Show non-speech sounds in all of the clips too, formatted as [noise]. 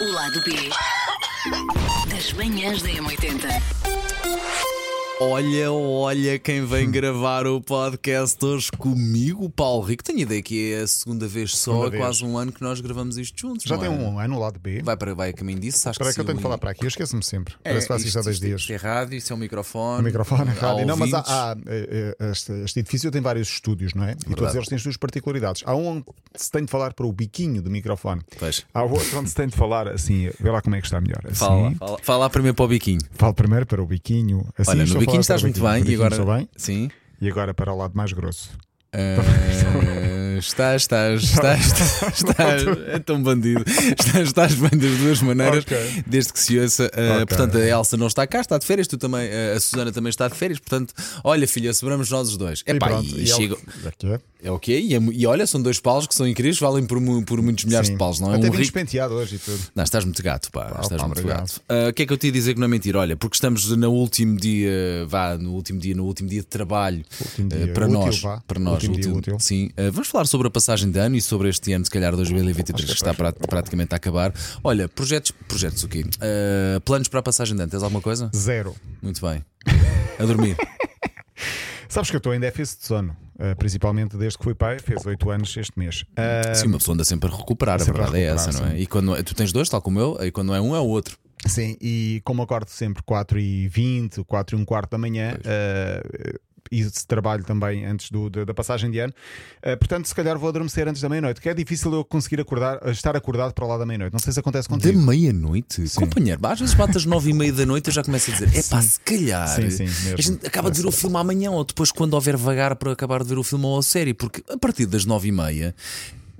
O lado B das manhãs da M80. Olha, olha quem vem Hum. gravar o podcast hoje comigo, o Paulo Rico. Tenho ideia que é a segunda vez só, Segunda é vez. quase um ano que nós gravamos isto juntos. Já não tem é? um ano lado B. Vai para vai a caminho disso, acho Espera aí que que eu tenho de falar para aqui, eu esqueço-me sempre. Parece que faço isto há dois dias. Isto é rádio, isso é um microfone. O microfone, a rádio. Não, mas há, ouvintes. há, eh, eh, este, este edifício tem vários estúdios, não é? E todos eles têm as suas particularidades. Há um onde se tem de falar para o biquinho do microfone. Pois. Há outro onde se tem de falar assim, vê lá como é que está melhor. Assim, Fala, fala, fala primeiro para o biquinho. Falo primeiro para o biquinho. Assim, Olha, estou no biquinho a falar para estás o muito bem biquinho, e agora. estou bem. Sim. E agora para o lado mais grosso. Ah, Estás, estás, estás, estás, [laughs] estás- é tão bandido. Estás, estás bem das duas maneiras, Ok. desde que se ouça. Ah, Ok. Portanto, a Elsa não está cá, está de férias, tu também, ah, a Susana também está de férias. Portanto, olha, filha, sobramos nós os dois. Epá, pronto, e, e é o- chega- é que é. É o que é, e é mu- e olha, são dois paus que são incríveis, valem por, mu- por muitos milhares Sim. de paus, não é? Até um vim rico- despenteado hoje e tudo. Não, estás muito gato, pá. estás pá, muito obrigado. gato. Ah, O que é que eu te ia dizer que não é mentira? Olha, porque estamos no último dia, vá, no último dia, no último dia de trabalho Último ah, dia para útil, nós. vá. Para nós, Último dia útil. é Sim. Ah, vamos falar sobre a passagem de ano e sobre este ano, se calhar 2023, que está pra- praticamente a acabar. Olha, projetos, projetos o quê? Ah, planos para a passagem de ano, tens alguma coisa? Zero. Muito bem. A [laughs] dormir. Sabes que eu estou em déficit de sono, eh, principalmente desde que fui pai, fez 8 anos este mês. Ah, Sim, uma pessoa anda sempre a recuperar, Sempre a a verdade é recuperar, essa, não é? E quando não é- tu tens dois, tal como eu, e quando não é um, é o outro. Sim, e como acordo sempre 4 e 20, 4 e um quarto da manhã, eh, e se trabalho também antes do- da da passagem de ano, eh, portanto, se calhar vou adormecer antes da meia-noite, que é difícil eu conseguir acordar, eh, estar acordado para lá da meia-noite. Não sei se acontece Da contigo. meia-noite? Companheiro, às vezes bate às nove e meia da noite eu já começo a dizer: é pá, se calhar. Sim, sim, mesmo. A gente acaba de ver o filme amanhã ou depois quando houver vagar para acabar de ver o filme ou a série, porque a partir das nove e meia.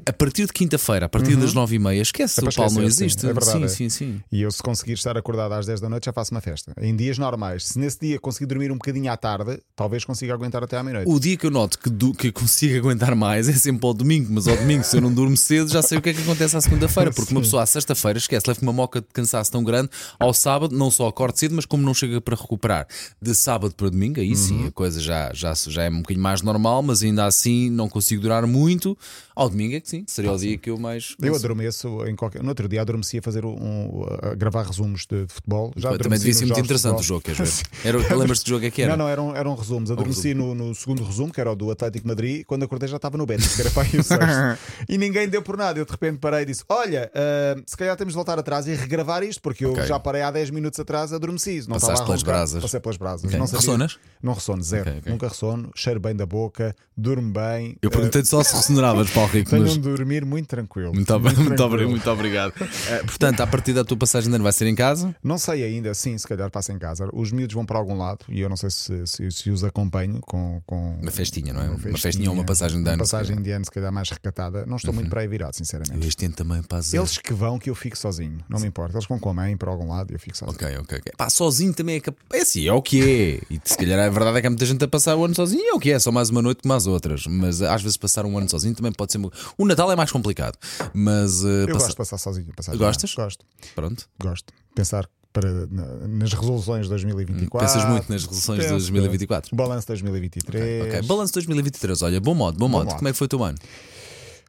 A partir de quinta-feira, a partir das nove e meia, esquece, É para o Paulo não esquecer, existe. Uhum. sim, é verdade, sim, sim, é. sim. E eu, se conseguir estar acordado às 10 da noite, já faço uma festa. Em dias normais, se nesse dia conseguir dormir um bocadinho à tarde, talvez consiga aguentar até à meia-noite. O dia que eu noto que, do, que consigo aguentar mais é sempre ao domingo, mas ao domingo, se eu não durmo cedo, já sei o que é que acontece à segunda-feira, porque uma pessoa à sexta-feira esquece, leva uma moca de cansaço tão grande, ao sábado não só acordo cedo, mas como não chega para recuperar de sábado para domingo, aí Uhum. sim a coisa já, já, já é um bocadinho mais normal, mas ainda assim não consigo durar muito. Ao domingo é que sim, seria o dia que eu mais. Ah, Eu adormeço em qualquer. No outro dia adormeci a fazer um, um- a gravar resumos de futebol. Já Também devia ser muito interessante o jogo jogo, queres ver? [laughs] Era, lembras-te do jogo é que era? um Não, um, não, eram, eram resumos. Adormeci No, no segundo resumo, que era o do Atlético de Madrid, e quando acordei já estava no Betis, que era para aí [laughs] o sexto. E ninguém deu por nada. Eu de repente parei e disse: Olha, ah, se calhar temos de voltar atrás e regravar isto, porque eu Ok. já parei há 10 minutos atrás, adormeci. Não Passaste estava a pelas roncar. brasas. Passei pelas brasas. Ok. Não sabia- Ressonas? Não ressono, zero. Ok, ok. Nunca ressono, cheiro bem da boca, durmo bem. ah, Eu perguntei-te só [laughs] se ressonoravas, Paulo Rico, Tenho um mas. de dormir muito tranquilo. Muito, obri- muito, obri- tranquilo. muito obrigado. [laughs] Eh, portanto, a partir da tua passagem de ano vai ser em casa? Não sei ainda, sim, se calhar passa em casa. Os miúdos vão para algum lado e eu não sei se, se, se os acompanho com. com... Uma festinha, não é? Uma festinha, ou uma passagem de ano. Uhum. Uma passagem de ano, se calhar mais recatada. Não estou muito para aí virado, sinceramente. Este ano também para zero. Eles que vão, que eu fico sozinho. Não me importa. Eles vão com a mãe para algum lado e eu fico sozinho. Ok, ok, ok. Pá, sozinho também é capaz. É assim, é o que é. E se calhar a verdade é que há muita gente a passar o ano sozinho e é o que é, só mais uma noite como as outras. Mas às vezes passar um ano sozinho também pode ser. mo- O Natal é mais complicado. Mas. eh, Eu passa- gosto de passar sozinho. a Passagem Gostas? de ano. Gosto. Pronto. Gosto. Pensar para, na- nas resoluções de 2024. Hum, Pensas muito nas resoluções de Penso. 2024. Balanço de 2023. Ok, balanço 2023. Olha, bom modo, bom, modo. modo. Como é que foi o teu ano?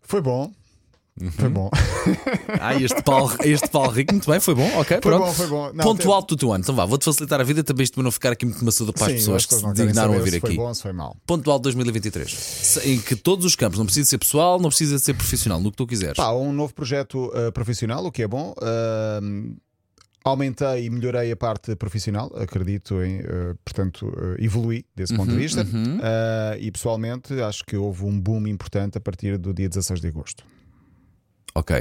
Foi bom. Uhum. Foi bom. [laughs] Ah, este Paulo, este Paulo Rico, muito bem, foi bom, ok, Foi pronto. bom, foi bom. Não, Ponto teve- alto do teu ano. Então vá, vou-te facilitar a vida também isto para não ficar aqui muito maçudo para as Sim, pessoas que pessoas se não querem dignaram a saber vir se Foi aqui. bom, se foi mal. Ponto alto 2023. Se- Em que todos os campos, não precisa de ser pessoal, não precisa de ser profissional, no que tu quiseres. Pá, um novo projeto uh, profissional, o que é bom. Uh, aumentei e melhorei a parte profissional, acredito em, uh, portanto, uh, evolui desse Uhum, ponto de vista. Uh, e pessoalmente acho que houve um boom importante a partir do dia 16 de agosto, Ok,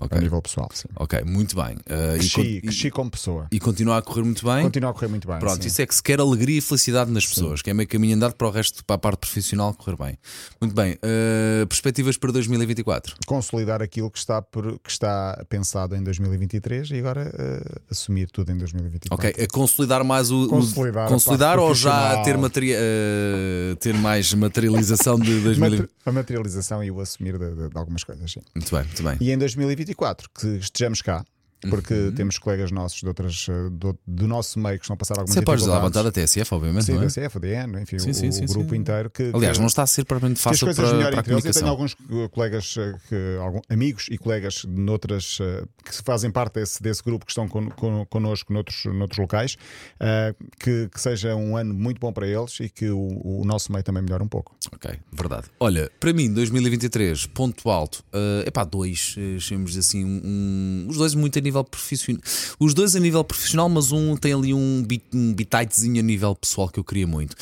a ok, nível pessoal. Sim. ok, muito bem. Uh, É. e, con- Cresci, e- cresci como pessoa. e continua a correr muito bem. Continua a correr muito bem. Pronto, sim. isso é que se quer alegria e felicidade nas pessoas, que é meio caminho andado para o resto, para a parte profissional correr bem. Muito bem, uh, perspectivas para 2024. Consolidar aquilo que está, por- que está pensado em 2023 e agora uh, assumir tudo em 2024. Ok, a consolidar mais o. o- Consolidar a consolidar parte ou já profissional. ter, materi- eh, ter mais materialização de 2000. Mate- A materialização e o assumir de, de- de algumas coisas, sim. muito bem, muito bem. E em 2024, que estejamos cá, porque Uhum. temos colegas nossos de outras, eh, do, do nosso meio que estão a passar algumas Você pode dificuldades. ajudar a vontade da TSF, obviamente, Sim, não é? DCF, DN, enfim, Sim, o, sim, o sim, sim. grupo inteiro que. Aliás, que- não está a ser propriamente que as fácil coisas para, melhorem para a entre eles. Eu tenho comunicação. alguns eh, colegas, eh, que, algum- amigos e colegas noutras, eh, que se fazem parte desse, desse grupo que estão con, con, connosco noutros, noutros locais, eh, que, que seja um ano muito bom para eles e que o, o nosso meio também melhore um pouco. Ok, verdade. Olha, para mim, 2023, ponto alto, eh, epá, dois, eh, chamemos assim, um- um- os dois muito a nível profissional. Os dois a nível profissional, mas um tem ali um, bit, um bititezinho a nível pessoal que eu queria muito.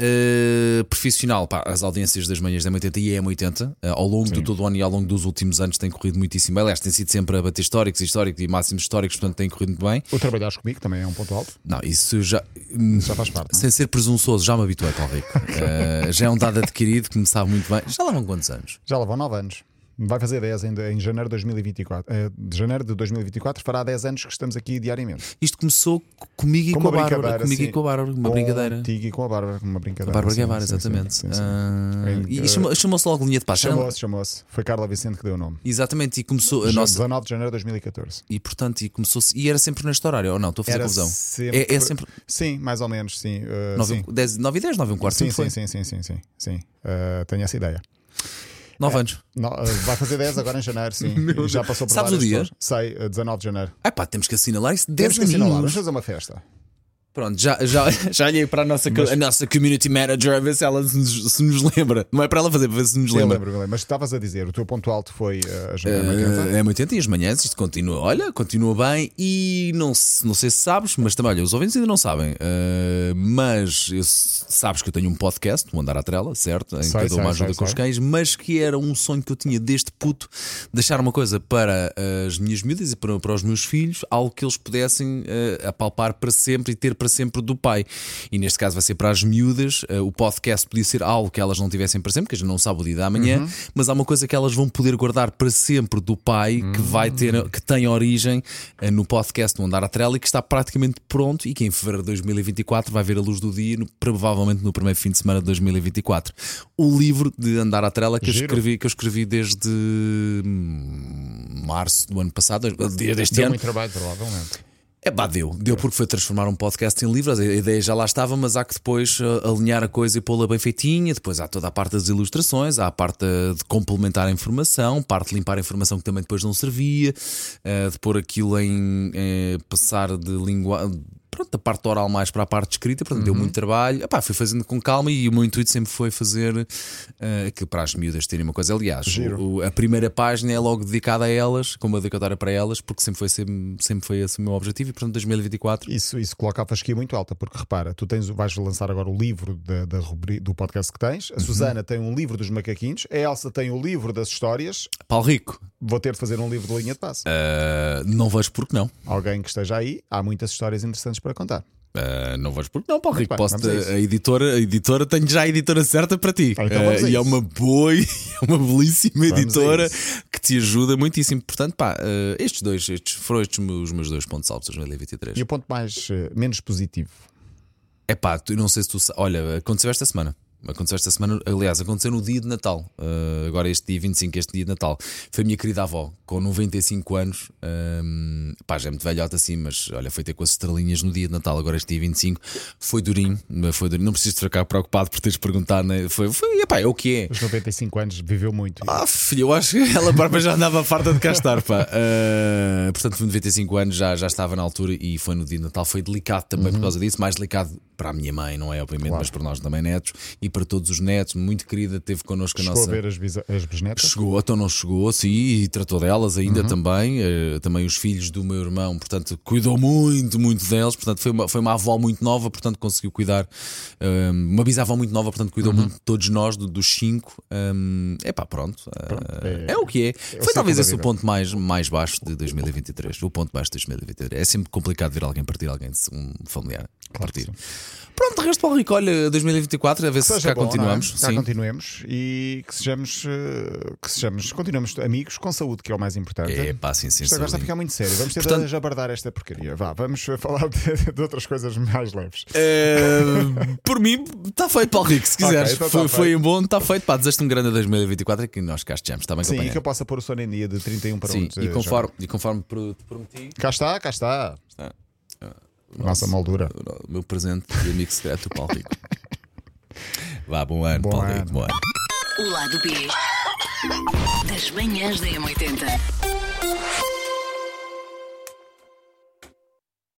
Eh, profissional, pá, as audiências das manhãs da M80 e a M80, eh, ao longo de todo o ano e ao longo dos últimos anos, tem corrido muitíssimo bem. Aliás, tem sido sempre a bater históricos, e históricos e máximos históricos, portanto, tem corrido muito bem. O trabalhares comigo também é um ponto alto, Não, isso já. já faz parte. não é? Sem ser presunçoso, já me habituei, Paulo [laughs] Rico. Eh, já é um dado adquirido que me sabe muito bem. Já lá vão quantos anos? Já levam 9 anos. Vai fazer 10 em, em janeiro de 2024. Eh, de janeiro de 2024 fará 10 anos que estamos aqui diariamente. Isto começou comigo e com, Com uma a Bárbara. brincadeira, Comigo sim. e com a Bárbara, uma brincadeira. Contigo e com a Bárbara, uma brincadeira. A Bárbara sim, Guevara, sim, sim, exatamente. sim, eh, sim. Ah, então- Em- e chamou- chamou-se logo linha de paz. Chamou-se, chamou-se. Foi Carla Vicente que deu o nome. Exatamente, e começou a Ja- nossa. 19 de janeiro de 2014. E portanto, e começou-se. E era sempre neste horário, ou não? Estou a fazer Era confusão. sempre- É, é sempre. Sim, mais ou menos, sim. Uh, 9, sim. 10, 9 e 10, 9 e um quarto. Sim, sempre sim, foi. sim, sim, sim, sim, sim. Uh, tenho essa ideia. 9 anos. No- uh, vai fazer 10 agora em [laughs] janeiro, sim. E Já passou por Sabes o várias dia? pessoas. Sei, uh, 19 de janeiro. Ah, pá, temos que assinalar isso. Temos 10 que assinalar, aninhos. vamos fazer uma festa. Pronto, já, já, [laughs] já olhei para a nossa, co- a nossa community manager a ver se ela se nos, se nos lembra. Não é para ela fazer, para ver se nos Eu lembra. lembro, eu lembro. Mas estavas a dizer, o teu ponto alto foi uh, a janeiro. Eh, É muito 80 e as manhãs, isto continua, olha, continua bem e não, se- não sei se sabes, mas também, olha, os ouvintes ainda não sabem, eh, mas eu s- sabes que eu tenho um podcast, o Andar à Trela, certo? Em Sei, que eu dou uma sei, ajuda sei, com os sei. cães, mas que era um sonho que eu tinha desde puto, deixar uma coisa para eh, as minhas miúdas e para, para os meus filhos, algo que eles pudessem eh, apalpar para sempre e ter para sempre do pai. E neste caso vai ser para as miúdas, eh, o podcast podia ser algo que elas não tivessem para sempre, que a gente não sabe o dia da manhã, Uhum. mas há uma coisa que elas vão poder guardar para sempre do pai, que vai ter, que tem origem eh, no podcast do Andar à Trela e que está praticamente pronto e que em fevereiro de 2024 vai ver a luz do dia, no- provavelmente no primeiro fim de semana de 2024. O livro de Andar à Trela que eu Giro. escrevi, que eu escrevi desde hum, março do ano passado, desde- deste ano. trabalho, provavelmente. É pá, deu. Deu porque foi transformar um podcast em livro. A ideia já lá estava, mas há que depois uh, alinhar a coisa e pô-la bem feitinha. Depois há toda a parte das ilustrações, há a parte uh, de complementar a informação, parte de limpar a informação que também depois não servia, uh, de pôr aquilo em. eh, passar de linguagem. Pronto, da parte oral mais para a parte escrita, portanto, deu muito trabalho. Epá, fui fazendo com calma e o meu intuito sempre foi fazer eh, aquilo para as miúdas terem uma coisa. Aliás, Giro. o- a primeira página é logo dedicada a elas, com uma dedicatória para elas, porque sempre foi, sempre, sempre foi esse o meu objetivo e, portanto, 2024. Isso, isso coloca a fasquia muito alta, porque repara, tu tens, o- vais lançar agora o livro da, da rubri- do podcast que tens, a Susana tem um livro dos macaquinhos, a Elsa tem o livro das histórias, Paulo Rico, vou ter de fazer um livro de linha de passe. eh, não vejo porque não. Alguém que esteja aí, há muitas histórias interessantes para contar. Eh, não vejo porque não, Paulo Rico. bem, Posso vamos a a, isso. editora, a editora, tenho já a editora certa para ti. Ah, então vamos a Eh, e é isso. uma boa, [laughs] e é uma belíssima a editora isso. que te ajuda muitíssimo. Portanto, pá, eh, estes dois, estes foram estes os meus dois pontos altos de 2023. E o ponto mais, eh, menos positivo, É pá, tu, não sei se tu. sa- Olha, aconteceu esta semana. Aconteceu esta semana, aliás, aconteceu no dia de Natal, eh, agora este dia 25, este dia de Natal. Foi a minha querida avó, com 95 anos, ehm, pá, já é muito velhota assim, mas olha, foi ter com as estrelinhas no dia de Natal, agora este dia 25. Foi durinho, mas foi durinho. Não preciso ficar preocupado por teres perguntado, né? foi, foi, epá, é o que é. os 95 anos, viveu muito. Ah, filho, eu acho que ela própria já andava farta de cá estar, pá. Ah, portanto, com 95 anos já, já estava na altura e foi no dia de Natal. Foi delicado também por causa disso, mais delicado para a minha mãe, não é? Obviamente, mas para nós também, netos, e para todos os netos. Muito querida, teve connosco a Chegou nossa. a ver as, bisa- as bisnetas? Chegou, então não chegou, sim, e tratou delas ainda também, eh, também os filhos do meu irmão, portanto, cuidou muito, muito deles, portanto, foi uma, foi uma avó muito nova, portanto, conseguiu cuidar, eh, uma bisavó muito nova, portanto, cuidou muito de todos nós, do- dos cinco. É pá, pronto, eh, é, é- o que é. Foi ciclo talvez da esse o vida. ponto mais, mais baixo de 2023, o ponto baixo de 2023. É sempre complicado ver alguém partir, alguém, um familiar Claro que partir. Pronto, de resto, Paulo Rico, olha, 2024, a ver se Seja cá bom, não é? continuamos. Cá Sim. continuemos e que sejamos, eh, que sejamos, continuemos amigos com saúde, que é o mais importante. É pá, sim, sim. Isto agora está a saudinho. ficar muito sério. Vamos tentar Portanto- jabardar esta porcaria. Vá, vamos [laughs] eh, falar de, de outras coisas mais leves. Eh, por mim, está feito, Paulo Rico, se quiseres. Ok, então tá foi, feito. foi um bom, está feito. Pá, desejo-te um grande 2024 e que nós cá estejamos. Está bem, Sim, e que companheiro? eu possa pôr o sono em dia de 31 para Sim, 1. e conforme, e conforme pro- te prometi, Cá está, cá está. está, Nossa moldura. o meu presente de amigo secreto, Paulo [laughs] Rico. Vá, bom ano, Bom Paulo ano. Rico, bom ano. O lado B das manhãs da M80.